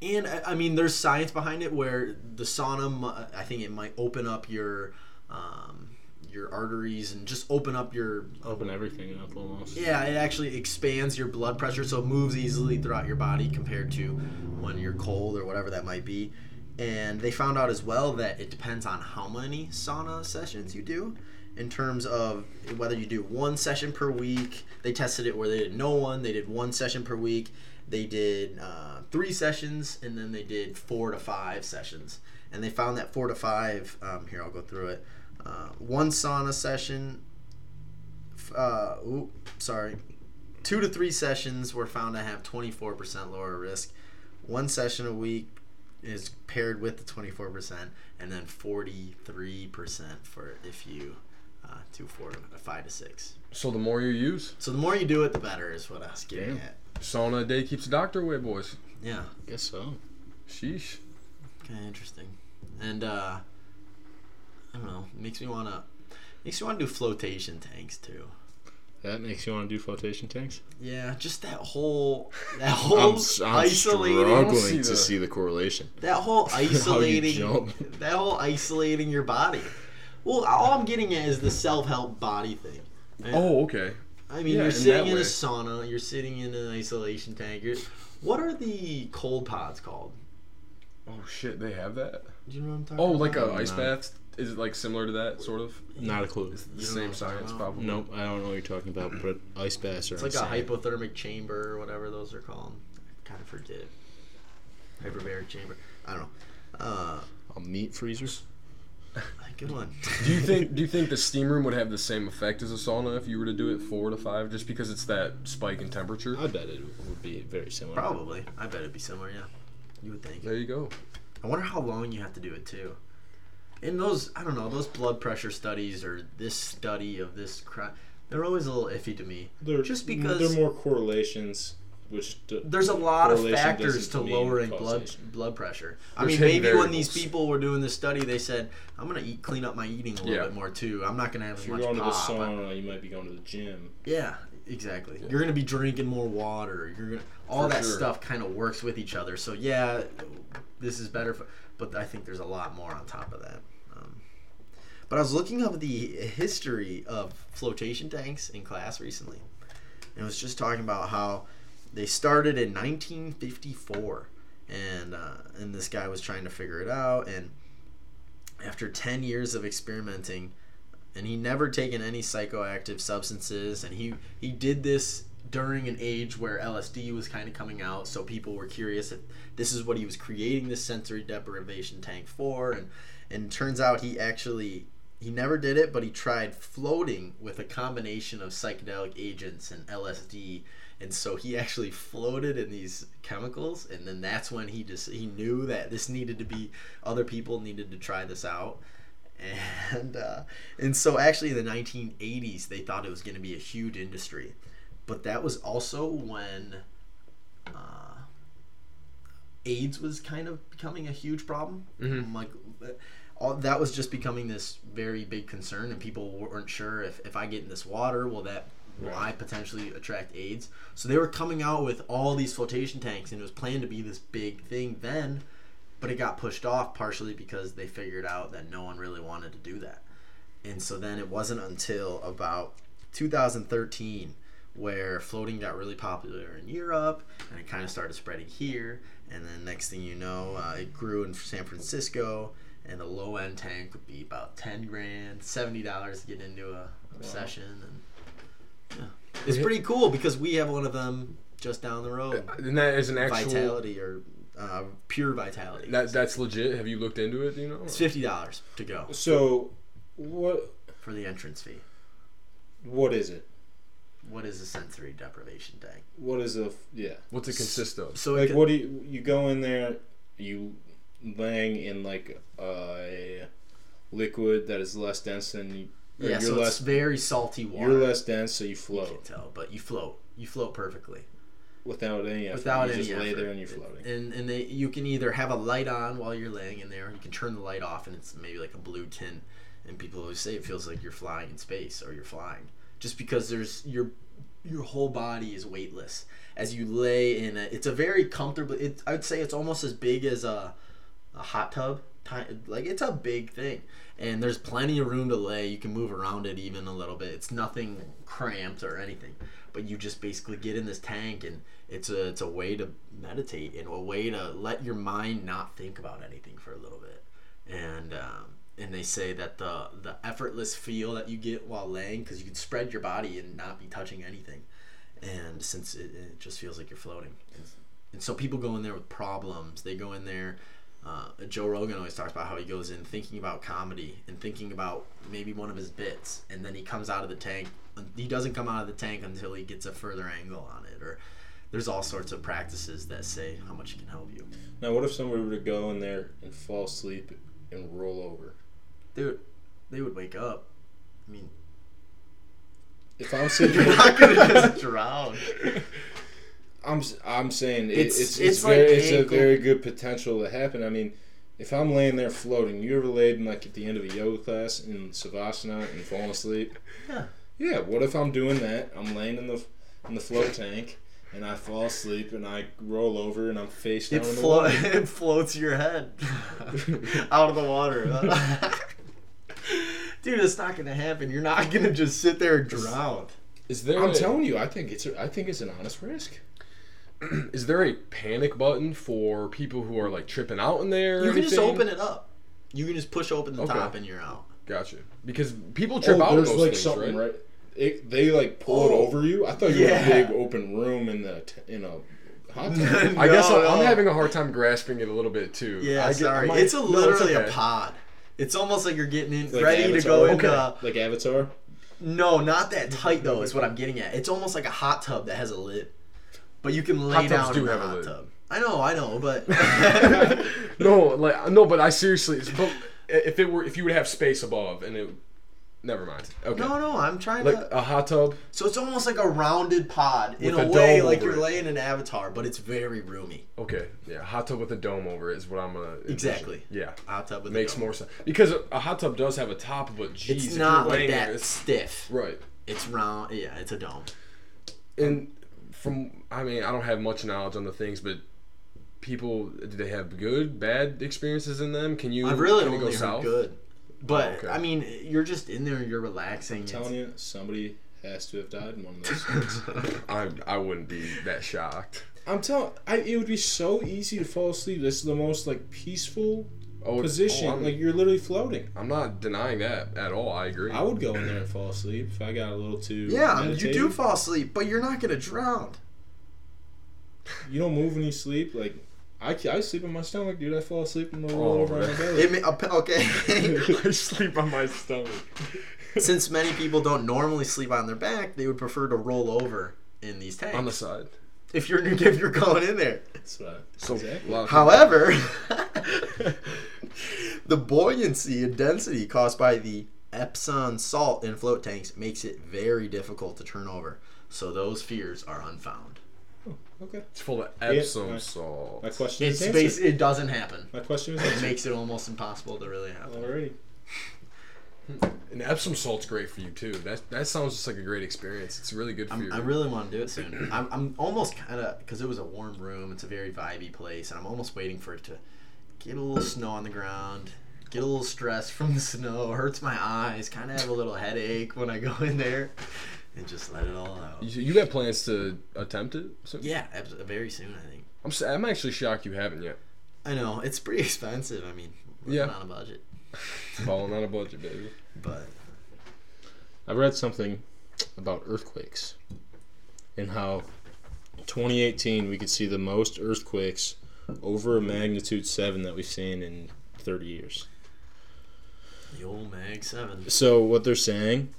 S1: and I I mean, there's science behind it where the sauna, mu- I think it might open up your, um, your arteries and just open up your.
S5: Open everything up almost.
S1: Yeah, it actually expands your blood pressure, so it moves easily throughout your body compared to when you're cold or whatever that might be. And they found out as well that it depends on how many sauna sessions you do. In terms of whether you do one session per week, they tested it where they did no one, they did one session per week, they did uh, three sessions and then they did four to five sessions and they found that four to five um, here i'll go through it uh, one sauna session f- uh, oop, sorry two to three sessions were found to have 24% lower risk one session a week is paired with the 24% and then 43% for if you uh, do four to five to six
S2: So the more you use,
S1: so the more you do it the better is what i was getting
S5: Damn.
S1: at
S2: sauna a day keeps the doctor away, boys.
S1: yeah
S5: I guess so.
S2: Sheesh.
S1: Kind of interesting, and uh, I don't know. Makes me wanna makes me wanna do flotation tanks too.
S5: That makes you want to do flotation tanks.
S1: Yeah, just that whole that whole isolating
S2: struggling to see
S5: the correlation.
S1: that whole isolating
S5: jump.
S1: that whole isolating your body. Well, all I'm getting at is the self help body thing.
S2: Oh, okay.
S1: I mean,
S2: yeah,
S1: you're
S2: in
S1: sitting
S2: that
S1: in a
S2: way.
S1: sauna, you're sitting in an isolation tank. You're, what are the cold pods called?
S2: Oh shit, they have that.
S1: Do you know what I'm talking
S2: Oh,
S1: about?
S2: like a
S5: no.
S2: ice bath. Is it like similar to that sort of?
S5: Not a clue.
S2: The
S1: You don't know
S2: same
S1: what I'm
S2: science,
S1: talking about.
S2: probably.
S5: Nope, I don't know what you're talking about. But ice baths are
S1: It's like a
S5: insane.
S1: hypothermic chamber or whatever those are called. I kind of forget. hyperbaric chamber. I don't know. Uh,
S5: A meat freezer.
S1: good one.
S2: Do you think do you think the steam room would have the same effect as a sauna if you were to do it four to five, just because it's that spike in temperature?
S5: I bet it would be very similar.
S1: Probably. I bet it'd be similar. Yeah, you would think.
S2: There you go.
S1: I wonder how long you have to do it too. In those, I don't know, those blood pressure studies or this study of this crap, they're always a little iffy to me.
S5: They're,
S1: Just because-
S5: there are more correlations, which d-
S1: There's a lot of
S5: correlation
S1: factors to
S5: doesn't mean
S1: lowering blood
S5: causation.
S1: blood pressure. I
S2: There's
S1: mean,
S2: hidden
S1: maybe when these
S2: variables.
S1: people were doing this study, they said, "I'm gonna eat, clean up my eating a little
S2: Yeah.
S1: bit more too. I'm not gonna have as
S5: If you're
S1: much
S5: going to the
S1: pop." I-
S5: sauna, you might be going to the gym.
S1: Yeah, exactly. You're gonna be drinking more water. You're gonna all
S2: For
S1: that
S2: sure.
S1: stuff kind of works with each other. So yeah, this is better. For, but I think there's a lot more on top of that. Um, but I was looking up the history of flotation tanks in class recently, and was just talking about how they started in 1954, and uh, and this guy was trying to figure it out, and after 10 years of experimenting and he never taken any psychoactive substances and he he did this during an age where LSD was kind of coming out so people were curious if this is what he was creating this sensory deprivation tank for and and turns out he actually he never did it but he tried floating with a combination of psychedelic agents and LSD and so he actually floated in these chemicals and then that's when he just he knew that this needed to be other people needed to try this out and uh, and so actually in the 1980s they thought it was going to be a huge industry but that was also when uh, AIDS was kind of becoming a huge problem like uh, all, that was just becoming this very big concern and people weren't sure if, if I get in this water will that will I potentially attract AIDS so they were coming out with all these flotation tanks and it was planned to be this big thing then but it got pushed off partially because they figured out that no one really wanted to do that. And so then it wasn't until about 2013 where floating got really popular in Europe and it kind of started spreading here. And then next thing you know, uh, it grew in San Francisco. And the low end tank would be about 10 grand, $70 to get into a, a session. And yeah. It's pretty cool because we have one of them just down the road.
S2: And that is an actual.
S1: Vitality or uh, pure vitality.
S2: That, that's legit. Have you looked into it? Do you know?
S1: It's fifty dollars to go
S5: So, what
S1: for the entrance fee.
S5: what is it?
S1: What is a sensory deprivation tank?
S5: What is a yeah?
S2: What's it consist of?
S1: So
S5: Like
S1: it,
S5: what do you you go in there? You laying in like a liquid that is less dense than you.
S1: yeah,
S5: or you're
S1: so it's
S5: less
S1: very salty water.
S5: you're less dense, so you
S1: you can
S5: float
S1: tell, but you float. You float perfectly
S5: without any effort.
S1: without
S5: you
S1: any
S5: just lay
S1: effort.
S5: there and you're floating.
S1: And and they you can either have a light on while you're laying in there. You can turn the light off, and it's maybe like a blue tint. And people always say it feels like you're flying in space or you're flying, just because there's your your whole body is weightless as you lay in it. It's a very comfortable. It I'd say it's almost as big as a a hot tub. ti- Like it's a big thing, and there's plenty of room to lay. You can move around it even a little bit. It's nothing cramped or anything, but you just basically get in this tank, and it's a it's a way to meditate and a way to let your mind not think about anything for a little bit. And um, and they say that the the effortless feel that you get while laying because you can spread your body and not be touching anything, and since it, it just feels like you're floating. And so people go in there with problems. They go in there. Uh, Joe Rogan always talks about how he goes in thinking about comedy and thinking about maybe one of his bits, and then he comes out of the tank. He doesn't come out of the tank until he gets a further angle on it. Or there's all sorts of practices that say how much it can help you.
S5: Now, what if somebody were to go in there and fall asleep and roll over?
S1: They would, they would wake up. I mean,
S5: If I'm sitting,
S1: you're not gonna just drown.
S5: I'm s- I'm saying it,
S1: It's-
S5: it's it's,
S1: it's
S5: very,
S1: like
S5: it's a
S1: ankle-
S5: very good potential to happen. I mean, if I'm laying there floating, you ever laid in like at the end of a yoga class in savasana and falling asleep?
S1: Yeah.
S5: Yeah. What if I'm doing that? I'm laying in the in the float tank and I fall asleep and I roll over and I'm face down
S1: It,
S5: in the
S1: flo-
S5: water.
S1: it floats your head out of the water. Dude, it's not gonna happen. You're not gonna just sit there and drown.
S2: Is there?
S5: I'm
S2: a-
S5: telling you, I think it's a, I think it's an honest risk.
S1: Oh,
S2: Is there a panic button for people who are like tripping out in there? or
S1: You can just
S2: anything?
S1: open it up. You can just push open the
S2: Okay.
S1: top and you're out.
S2: Gotcha. Because people trip out in those things, right?
S5: It, they like pull it
S1: Oh.
S5: over you. I thought you were
S1: Yeah.
S5: in a big open room in the t- in a Hot tub.
S2: I guess
S1: No,
S2: I- I'm
S1: no.
S2: having a hard time grasping it a little bit too.
S1: Yeah,
S2: I get- I
S1: sorry.
S2: might-
S1: it's a
S2: no,
S1: literally
S2: okay.
S1: a pod. It's almost like you're getting in,
S5: Like
S1: ready to go
S5: Avatar.
S1: into.
S2: Okay.
S5: like Avatar.
S1: No, not that tight though. Is what I'm getting at. It's almost like a hot tub that has a lid, but you can lay
S2: Hot tubs
S1: down
S2: do
S1: in the
S2: have a
S1: hot
S2: lid.
S1: tub. I know, I know, but
S2: No, like no, but I seriously. But if it were, if you would have space above, and it, never mind. Okay.
S1: no, no, I'm trying
S2: Like
S1: to.
S2: a hot tub.
S1: So it's almost like a rounded pod in
S2: With
S1: a
S2: a
S1: way,
S2: dome
S1: like
S2: over
S1: you're
S2: it.
S1: laying an avatar, but it's very roomy.
S2: Okay, yeah, hot tub with a dome over it is what I'm gonna. envision.
S1: Exactly.
S2: Yeah,
S1: Hot tub with a
S2: makes
S1: dome.
S2: more sense because a hot tub does have a top, but geez,
S1: It's
S2: if
S1: not
S2: you're
S1: like
S2: laying
S1: that
S2: there, it's-
S1: stiff.
S2: right.
S1: It's round. Yeah, it's a dome.
S2: And from I mean, I don't have much knowledge on the things, but people do they have good, bad experiences in them? Can you?
S1: I really
S2: can it
S1: only
S2: go
S1: heard
S2: south? Oh,
S1: good. But
S2: okay.
S1: I mean, you're just in there. You're relaxing.
S5: I'm
S1: it's-
S5: telling you, somebody has to have died in one of those. things.
S2: I I wouldn't be that shocked.
S5: I'm telling. I, it would be so easy to fall asleep. This is the most like peaceful
S2: Oh,
S5: position.
S2: oh, I'm,
S5: like you're literally floating.
S2: I'm not denying that at all. I agree.
S5: I would go in there and fall asleep if I got a little too.
S1: yeah, I mean, you do
S5: meditative.
S1: fall asleep, but you're not gonna drown.
S5: You don't move when you sleep. Like I, ca- I sleep on my stomach, dude. I fall asleep and roll
S2: Oh,
S5: over on my
S2: man.
S5: belly.
S1: It may, okay.
S2: I sleep on my stomach.
S1: Since many people don't normally sleep on their back, they would prefer to roll over in these tanks.
S2: on the side.
S1: if you're if you're going in there.
S5: That's what I,
S2: So
S5: Exactly.
S2: a lot of
S1: However, the buoyancy and density caused by the Epsom salt in float tanks makes it very difficult to turn over. So those fears are unfound.
S5: okay.
S2: It's full of Epsom
S5: my-
S2: salt.
S5: My question
S1: It's
S5: is
S1: bas-
S5: answered.
S1: it doesn't happen.
S5: My question is
S1: It
S5: answered.
S1: makes it almost impossible to really happen.
S5: Already.
S2: And Epsom salt's great for you too. That that sounds just like a great experience. It's really good for you.
S1: I really want to do it soon. I'm, I'm almost kind of because it was a warm room. It's a very vibey place, and I'm almost waiting for it to get a little snow on the ground, get a little stress from the snow, hurts my eyes, kind of have a little headache when I go in there, and just let it all out.
S2: you, you got plans to attempt it? So,
S1: Yeah, abs- very soon I think.
S2: I'm s- I'm actually shocked you haven't yet.
S1: I know it's pretty expensive. I mean, we're
S2: Yeah.
S1: not on a budget,
S2: Falling on a budget, baby.
S1: but
S5: I read something about earthquakes and how 2018 we could see the most earthquakes over a magnitude 7 that we've seen in 30 years.
S1: the old Mag Seven.
S5: So what they're saying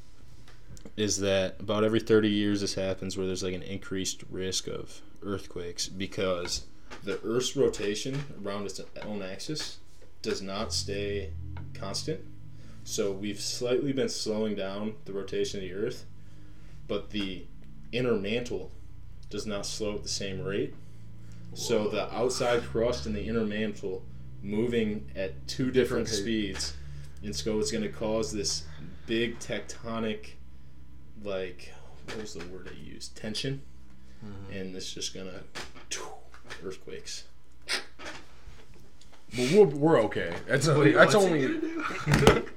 S5: is that about every 30 years this happens where there's like an increased risk of earthquakes because the earth's rotation around its own axis does not stay constant. So we've slightly been slowing down the rotation of the earth, but the inner mantle does not slow at the same rate. So the outside crust and the inner mantle moving at two different
S2: Different
S5: speeds. And so it's going to cause this big tectonic, like, what was the word I used? Tension. And it's just going to earthquakes.
S2: But we're, we're okay. That's only.
S1: Wait,
S2: that's
S1: what's it
S2: only.
S1: gonna do?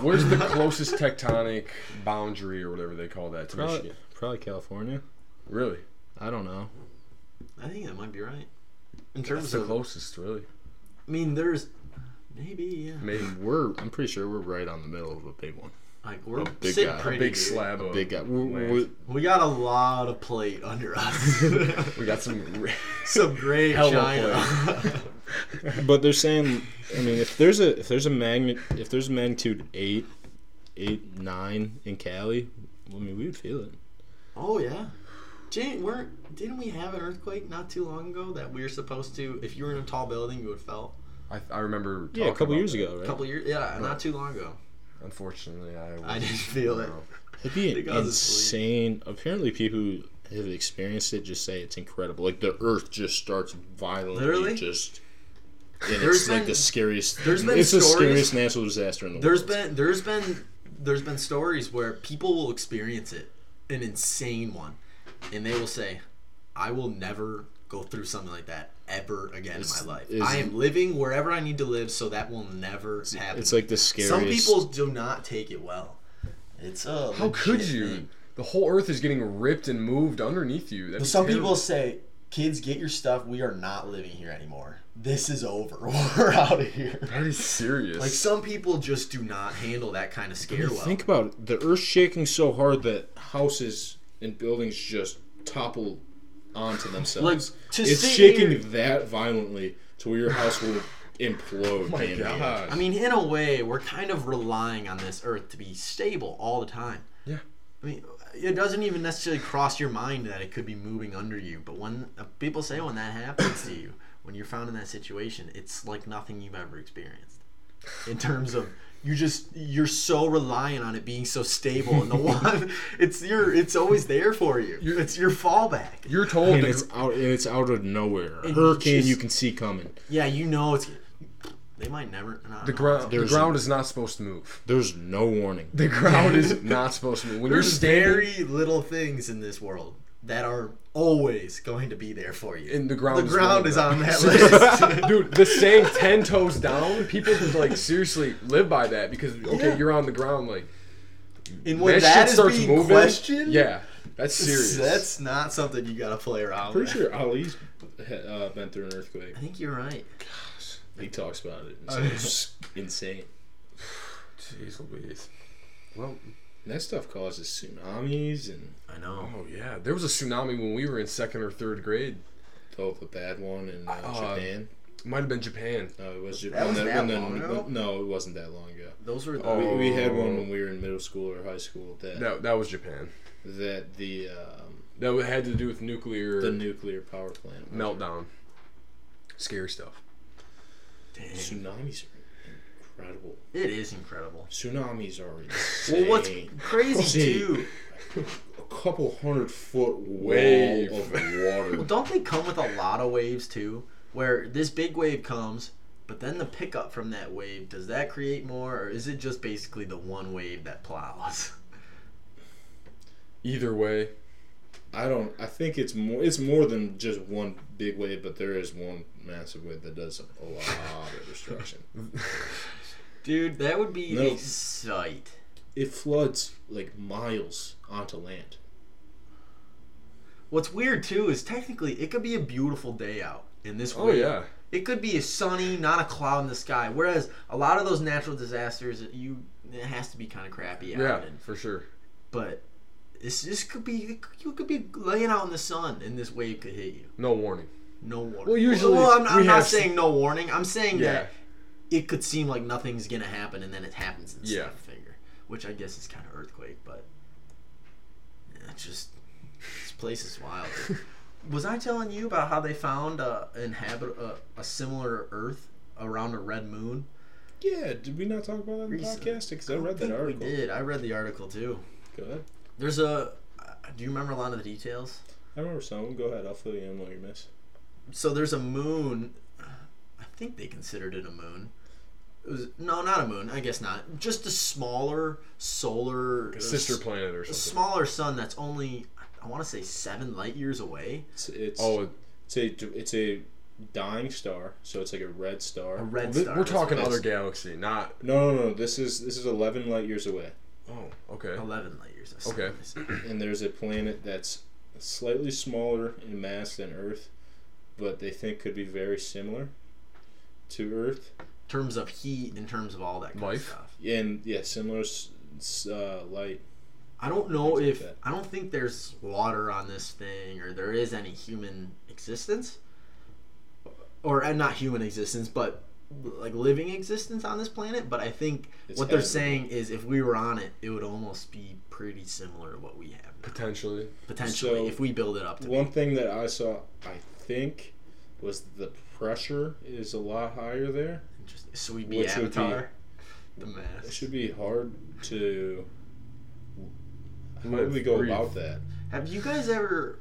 S2: Where's the closest tectonic boundary or whatever they call that to Michigan?
S5: probably California.
S2: Really?
S5: I don't know.
S1: I think that might be right. In
S2: That's
S1: terms
S2: the
S1: of, I
S2: closest, really.
S1: mean, there's maybe yeah.
S2: Maybe
S5: We're I'm pretty sure we're right on the middle of a big one.
S1: Like we're
S5: big
S1: sitting
S5: guy. A
S2: a
S1: pretty.
S2: big
S1: dude.
S2: slab
S5: A
S2: of
S5: big uh, guy. We're,
S2: land.
S5: we're-
S1: We got a lot of plate under us.
S2: We got some.
S1: Some great
S2: Hella
S1: China.
S5: but they're saying I mean if there's a if there's a magnet if there's a magnitude eight eight nine in Cali, I mean we would feel it.
S1: oh yeah. Jane, weren't didn't we have an earthquake not too long ago that we were supposed to? If you were in a tall building, you would felt.
S2: I, I remember.
S5: Yeah, a
S2: talking
S5: couple
S2: about
S5: years
S2: that.
S5: ago,
S1: A
S5: right?
S1: couple years, yeah, not too long ago.
S2: Unfortunately, I.
S1: I didn't feel it.
S2: No.
S5: It'd be
S1: think I was
S5: insane. Apparently, people who have experienced it just say it's incredible. Like the Earth just starts violently,
S1: Literally?
S5: just. And
S1: There's
S5: it's like
S1: been-
S5: the scariest.
S1: there's been
S5: it's the
S1: stories-
S5: scariest natural disaster in the
S1: There's
S5: world.
S1: been there's been there's been stories where people will experience it, an insane one, and they will say, "I will never go through something like that ever again
S5: It's-
S1: in my life.
S5: it's-
S1: I am living wherever I need to live, so that will never happen."
S5: It's like the scariest.
S1: Some people do not take it well. It's a
S2: How could
S1: legit
S2: you?
S1: thing.
S2: The whole Earth is getting ripped and moved underneath you. That's
S1: Some
S2: terrible.
S1: people say, "Kids, get your stuff. We are not living here anymore. This is over. We're out of here."
S2: That is serious.
S1: Like some people just do not handle that kind of scare
S5: You
S1: well.
S5: Think about it. The Earth shaking so hard that houses and buildings just topple onto themselves.
S1: Like, to
S5: it's
S1: sit
S5: shaking
S1: here-
S5: that violently to where your house will implode.
S2: My
S5: damn near.
S2: God.
S1: Oh I mean, in a way, we're kind of relying on this earth to be stable all the time.
S2: Yeah.
S1: I mean, it doesn't even necessarily cross your mind that it could be moving under you. But when uh, people say when that happens to you, when you're found in that situation, it's like nothing you've ever experienced. In terms of you just you're so reliant on it being so stable, and the one it's your it's always there for you. it's your fallback.
S2: You're told
S5: And
S2: to
S5: it's out. And it's out of nowhere. A
S1: you
S5: hurricane
S1: just-
S5: you can see coming.
S1: Yeah, you know it's. They might never. I don't
S2: The
S1: know.
S2: ground, the
S5: There's-
S2: ground is not supposed to move.
S5: There's no warning.
S2: The ground is not supposed to move. When you're
S1: There's
S2: standing,
S1: very little things in this world that are always going to be there for you.
S2: and the ground,
S1: the ground is
S2: rolling
S1: on
S2: back.
S1: that list.
S2: Dude, the saying ten toes down, people like seriously live by that because okay,
S1: Yeah.
S2: you're on the ground like
S1: And
S2: that
S1: when
S2: shit
S1: that is
S2: starts
S1: being
S2: moving.
S1: questioned,
S2: Yeah, that's serious.
S1: that's not something you got to play around
S5: Pretty
S1: with.
S5: sure Ali's uh, been through an earthquake.
S1: I think you're right.
S5: He talks about it. and so It's just insane.
S2: Jeez Louise. Well,
S5: And that stuff causes tsunamis and
S1: I know.
S2: oh yeah, there was a tsunami when we were in second or third grade.
S5: oh, the bad one in uh,
S2: Uh,
S5: Japan.
S2: It might have been Japan.
S5: No, it was Japan.
S1: that was
S5: when
S1: that
S5: when
S1: long ago?
S5: No, it wasn't that long ago.
S1: Those were the.
S2: Oh.
S5: We, we had one when we were in middle school or high school that
S2: That that was Japan.
S5: that the um,
S2: That had to do with nuclear
S5: the nuclear power plant
S2: meltdown. Scary stuff.
S1: Dang.
S5: Tsunamis are incredible.
S1: It is incredible.
S5: Tsunamis are
S1: Well,
S5: insane.
S1: what's crazy
S5: See.
S1: too?
S5: a couple hundred foot wall
S2: Wave.
S5: of water?
S1: Don't they come with a lot of waves too? Where this big wave comes, but then the pickup from that wave does that create more, or is it just basically the one wave that plows?
S2: Either way,
S5: I don't. I think it's more. It's more than just one big wave, but there is one massive wave that does a lot of destruction.
S1: Dude, that would be
S5: No.
S1: a sight.
S5: It floods like miles onto land.
S1: What's weird too is technically it could be a beautiful day out in this
S2: oh
S1: wave.
S2: yeah,
S1: It could be a sunny, not a cloud in the sky. Whereas a lot of those natural disasters, you it has to be kind of crappy out.
S2: yeah,
S1: and-
S2: for sure.
S1: But this this could be you could be laying out in the sun and this wave could hit you.
S2: No warning.
S1: No warning.
S2: Well, usually
S1: well, I'm, I'm
S2: we
S1: not
S2: have-
S1: saying no warning. I'm saying
S2: Yeah.
S1: that it could seem like nothing's gonna happen and then it happens in
S2: Yeah.
S1: yeah. figure, which I guess is kind of earthquake, but yeah, it's just this place is wild. Was I telling you about how they found a inhabit a, a similar Earth around a red moon?
S5: Yeah, did we not talk about that in the
S1: Recent.
S5: podcast? Because I read that
S1: We
S5: article.
S1: did. I read the article too.
S5: Go ahead.
S1: There's a. uh, Do you remember a lot of the details?
S5: I remember someone. Go ahead. I'll fill you in while you miss.
S1: so there's a moon. I think they considered it a moon. It was no, not a moon. I guess not. Just a smaller solar
S2: A sister
S1: s-
S2: planet or
S1: a
S2: something.
S1: smaller sun that's only I want to say seven light years away.
S5: It's it's
S2: Oh, it-
S5: it's a it's a dying star, so it's like a red star.
S1: A red
S2: well, thi-
S1: star.
S2: we're
S1: that's what
S2: talking
S1: it is.
S2: other galaxy, not.
S5: no, no, no. This is this is eleven light years away,
S2: Oh, okay.
S1: eleven light years.
S2: Okay.
S5: and there's a planet that's slightly smaller in mass than Earth, but they think could be very similar to Earth.
S1: In terms of heat, in terms of all that kind
S2: Life?
S1: of stuff.
S5: And yeah, similar s- s- uh, light.
S1: I don't know
S5: Things
S1: if
S5: like
S1: I don't think there's water on this thing or there is any human existence or and not human existence but like living existence on this planet but I think
S5: It's
S1: what they're
S5: habitable.
S1: saying is if we were on it it would almost be pretty similar to what we have now,
S2: Potentially.
S1: potentially
S5: So-
S1: if we build it up to
S5: One thing that I saw, I think, was the pressure is a lot higher there.
S1: interesting so we'd be
S5: Which would be-
S1: avatar the
S5: It
S1: mask
S5: should be hard to. How do
S2: Live,
S5: we go
S2: breathe.
S5: about that?
S1: have you guys ever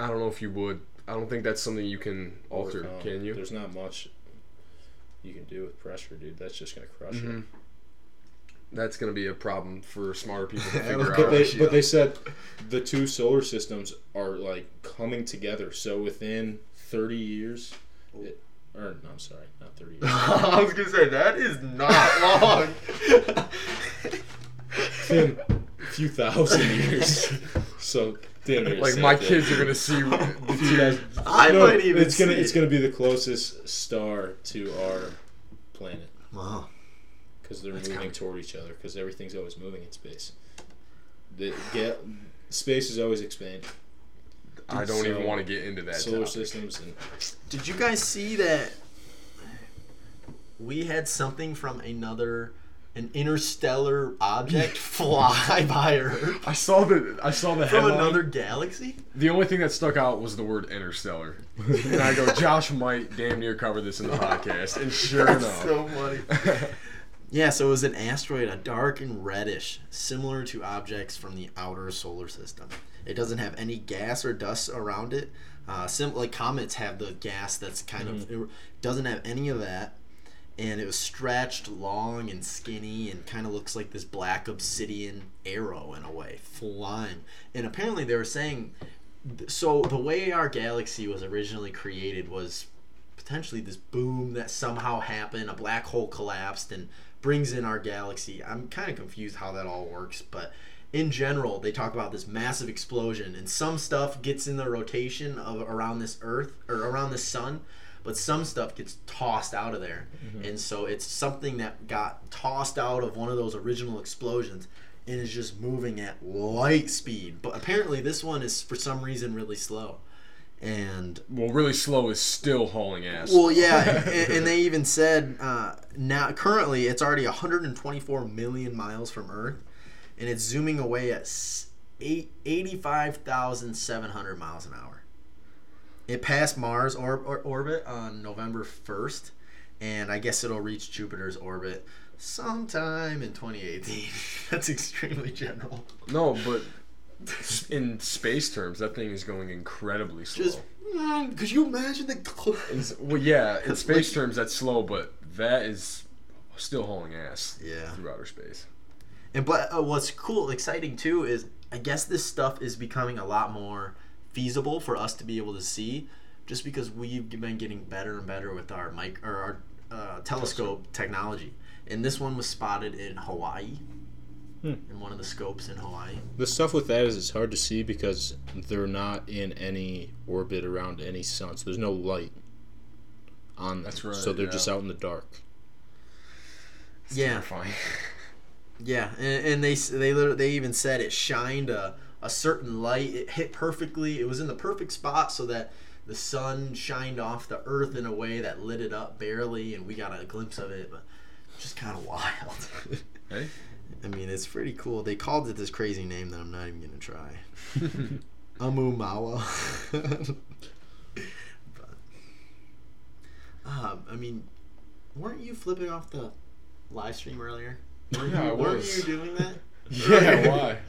S2: I don't know if you would. I don't think that's something you can alter,
S5: Overcome.
S2: can you?
S5: Um, There's not much you can do with pressure, dude. That's just gonna crush
S2: Mhm.
S5: it.
S2: That's going to be a problem for smarter people to
S1: I
S2: figure
S1: don't
S2: out.
S1: think
S5: But they,
S1: Crush
S5: but
S1: you.
S5: they said the two solar systems are like coming together. So within 30 years, it, or no, I'm sorry, not 30 years.
S1: I was gonna say that is not long
S5: within a few thousand years. So damn near the
S2: like
S5: same
S2: my
S5: thing.
S2: kids are going to see.
S5: You guys-
S1: I
S5: No,
S1: might even
S5: it's gonna
S1: see
S5: it's
S1: it.
S5: gonna be the closest star to our planet
S1: wow
S5: because they're moving toward each other because everything's always moving in space. The get space is always expanding.
S2: I don't even
S5: So-
S2: want to get into that.
S5: solar
S2: topic.
S5: systems and
S1: Did you guys see that we had something from another an interstellar object fly by Earth
S2: I saw the I saw the
S1: from
S2: headline.
S1: another galaxy?
S2: The only thing that stuck out was the word interstellar, and I go, Josh might damn near cover this in the podcast, and sure enough,
S1: So funny. yeah, so it was an asteroid, a dark and reddish, similar to objects from the outer solar system. It doesn't have any gas or dust around it. Uh, sim- like comets have the gas that's kind
S2: Mm-hmm.
S1: of it doesn't have any of that. And it was stretched, long and skinny, and kind of looks like this black obsidian arrow in a way, flying. And apparently, they were saying so the way our galaxy was originally created was potentially this boom that somehow happened a black hole collapsed and brings in our galaxy i'm kind of confused how that all works but in general they talk about this massive explosion and some stuff gets in the rotation of around this earth or around the sun but some stuff gets tossed out of there and so it's something that got tossed out of one of those original explosions and is just moving at light speed. But apparently, this one is for some reason really slow. And
S2: well, really slow is still hauling ass.
S1: well, yeah, and, and they even said uh, now currently it's already 124 million miles from Earth, and it's zooming away at s- eight- 85,700 miles an hour. It passed Mars or, or, orbit on November 1st, and I guess it'll reach Jupiter's orbit sometime in 2018. That's extremely general.
S2: no, but in space terms, that thing is going incredibly slow.
S1: Just mm, could you imagine the cl-
S2: It's- well, yeah, in space terms, that's slow, but that is still hauling ass.
S1: Yeah.
S2: through outer space.
S1: And but uh, what's cool, exciting too is I guess this stuff is becoming a lot more feasible for us to be able to see, just because we've been getting better and better with our mic or our uh, telescope technology. And this one was spotted in Hawaii, in one of the scopes in Hawaii.
S5: the stuff with that is it's hard to see because they're not in any orbit around any sun, so there's no light on them.
S2: That's right,
S5: So they're
S2: yeah.
S5: just out in the dark.
S1: yeah,
S2: Fine.
S1: Yeah, and, and they s- they literally, they even said it shined a, a certain light. It hit perfectly. It was in the perfect spot so that the sun shined off the earth in a way that lit it up barely, and we got a glimpse of it. But just kind of wild.
S2: Hey,
S1: I mean, it's pretty cool. They called it this crazy name that I'm not even gonna try. Amumawa. but, um, I mean, weren't you flipping off the live stream earlier? Weren't
S2: Yeah,
S1: you,
S2: I
S1: weren't
S2: was.
S1: you doing that?
S2: yeah, why?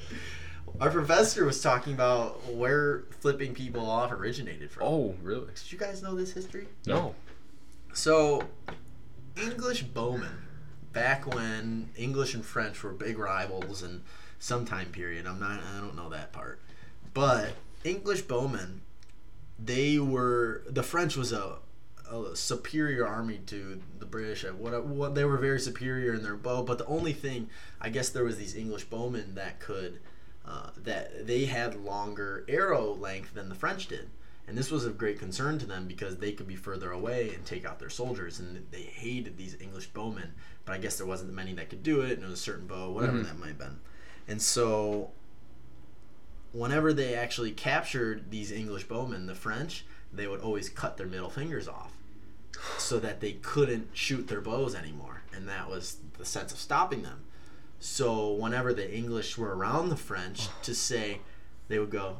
S1: Our professor was talking about where flipping people off originated from.
S2: Oh, really?
S1: Did you guys know this history?
S2: No.
S1: So, English bowmen, back when English and French were big rivals in some time period. I'm not. I don't know that part, but English bowmen, they were the French was a, a superior army to the British. At what, what they were very superior in their bow, but the only thing I guess there was these English bowmen that could. Uh, that they had longer arrow length than the French did. And this was of great concern to them because they could be further away and take out their soldiers. And they hated these English bowmen, but I guess there wasn't many that could do it, and it was a certain bow, whatever that might have been. And so, whenever they actually captured these English bowmen, the French, they would always cut their middle fingers off so that they couldn't shoot their bows anymore. And that was the sense of stopping them. So, whenever the English were around the French to say, they would go,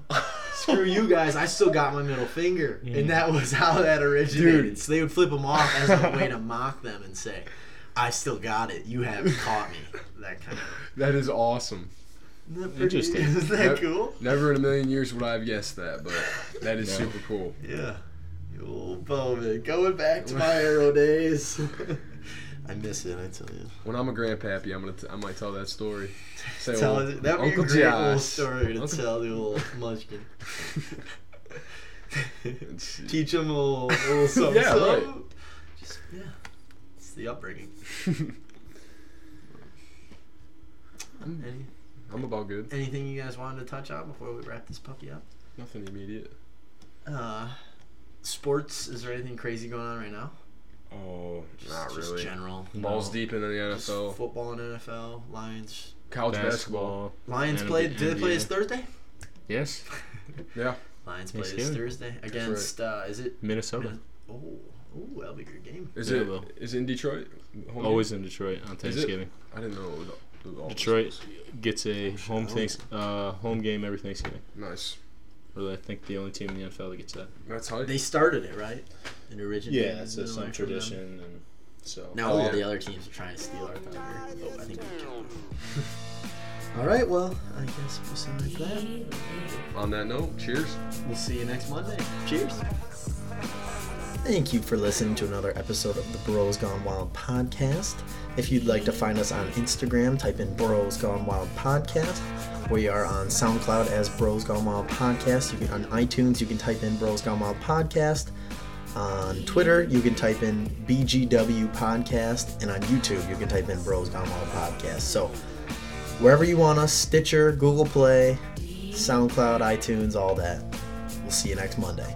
S1: screw you guys, I still got my middle finger. And that was how that originated.
S2: Mm-hmm. Dude.
S1: So they would flip them off as a way to mock them and say, I still got it. You haven't caught me. That kind of.
S2: That is awesome.
S1: Isn't that, pretty,
S5: Interesting.
S1: isn't that
S2: Yep.
S1: cool?
S2: Never in a million years would I have guessed that, but that is super cool.
S1: Yeah. You Old Bowman. Going back to my arrow days. I miss it, I tell you.
S2: When I'm a grandpappy, I'm gonna t- I might tell that story. Say,
S1: Tell
S2: well,
S1: it- that would be a great little story to
S2: Uncle-
S1: tell the old munchkin.
S2: It's-
S1: Teach him a little, a little something.
S2: Yeah,
S1: something.
S2: right.
S1: Just, yeah. It's the upbringing.
S2: Hmm.
S1: Any,
S2: I'm about good.
S1: anything you guys wanted to touch on before we wrap this puppy up?
S2: Nothing immediate.
S1: Uh, sports, is there anything crazy going on right now?
S2: Oh,
S1: Just,
S2: not
S1: just
S2: really.
S1: general.
S2: Balls deep in the
S1: Just
S2: NFL.
S1: football and NFL. Lions.
S2: College basketball.
S1: Lions
S5: And
S1: played.
S5: it'll be
S1: Did they play
S5: NBA.
S1: this Thursday?
S5: Yes.
S2: Yeah.
S6: Lions play this
S5: Thanksgiving.
S6: Thursday against. Uh, is it?
S5: Minnesota.
S6: Oh, oh, that'll be a good game.
S2: Is
S5: Yeah,
S2: it?
S5: well.
S2: Is it in Detroit? Home
S5: Always in Detroit on
S2: it? Oh,
S5: Thanksgiving.
S2: game? I didn't know it was. It was always-
S5: Detroit gets a home
S2: I don't-
S5: thanks, uh, home game every Thanksgiving.
S2: Nice.
S5: Really, I think the only team in the NFL that gets that.
S2: That's hype.
S6: They started it right. An origin.
S5: Yeah, it's
S6: originally
S5: some
S6: from them.
S5: tradition, and so
S6: Now
S2: Oh,
S6: all
S2: yeah.
S6: the other teams are trying to steal our thunder. but I think we can. all right. Well, I guess we'll sign like that.
S2: On that note, cheers.
S6: We'll see you next Monday. Cheers.
S1: Thank you for listening to another episode of the Bros Gone Wild podcast. If you'd like to find us on Instagram, type in Bros Gone Wild podcast. We are on SoundCloud as Bros Gone Wild podcast. You can on iTunes, you can type in Bros Gone Wild podcast. On Twitter, you can type in BGW podcast, and on YouTube, you can type in Bros Gone Wild podcast. So wherever you want us, Stitcher, Google Play, SoundCloud, iTunes, all that. We'll see you next Monday.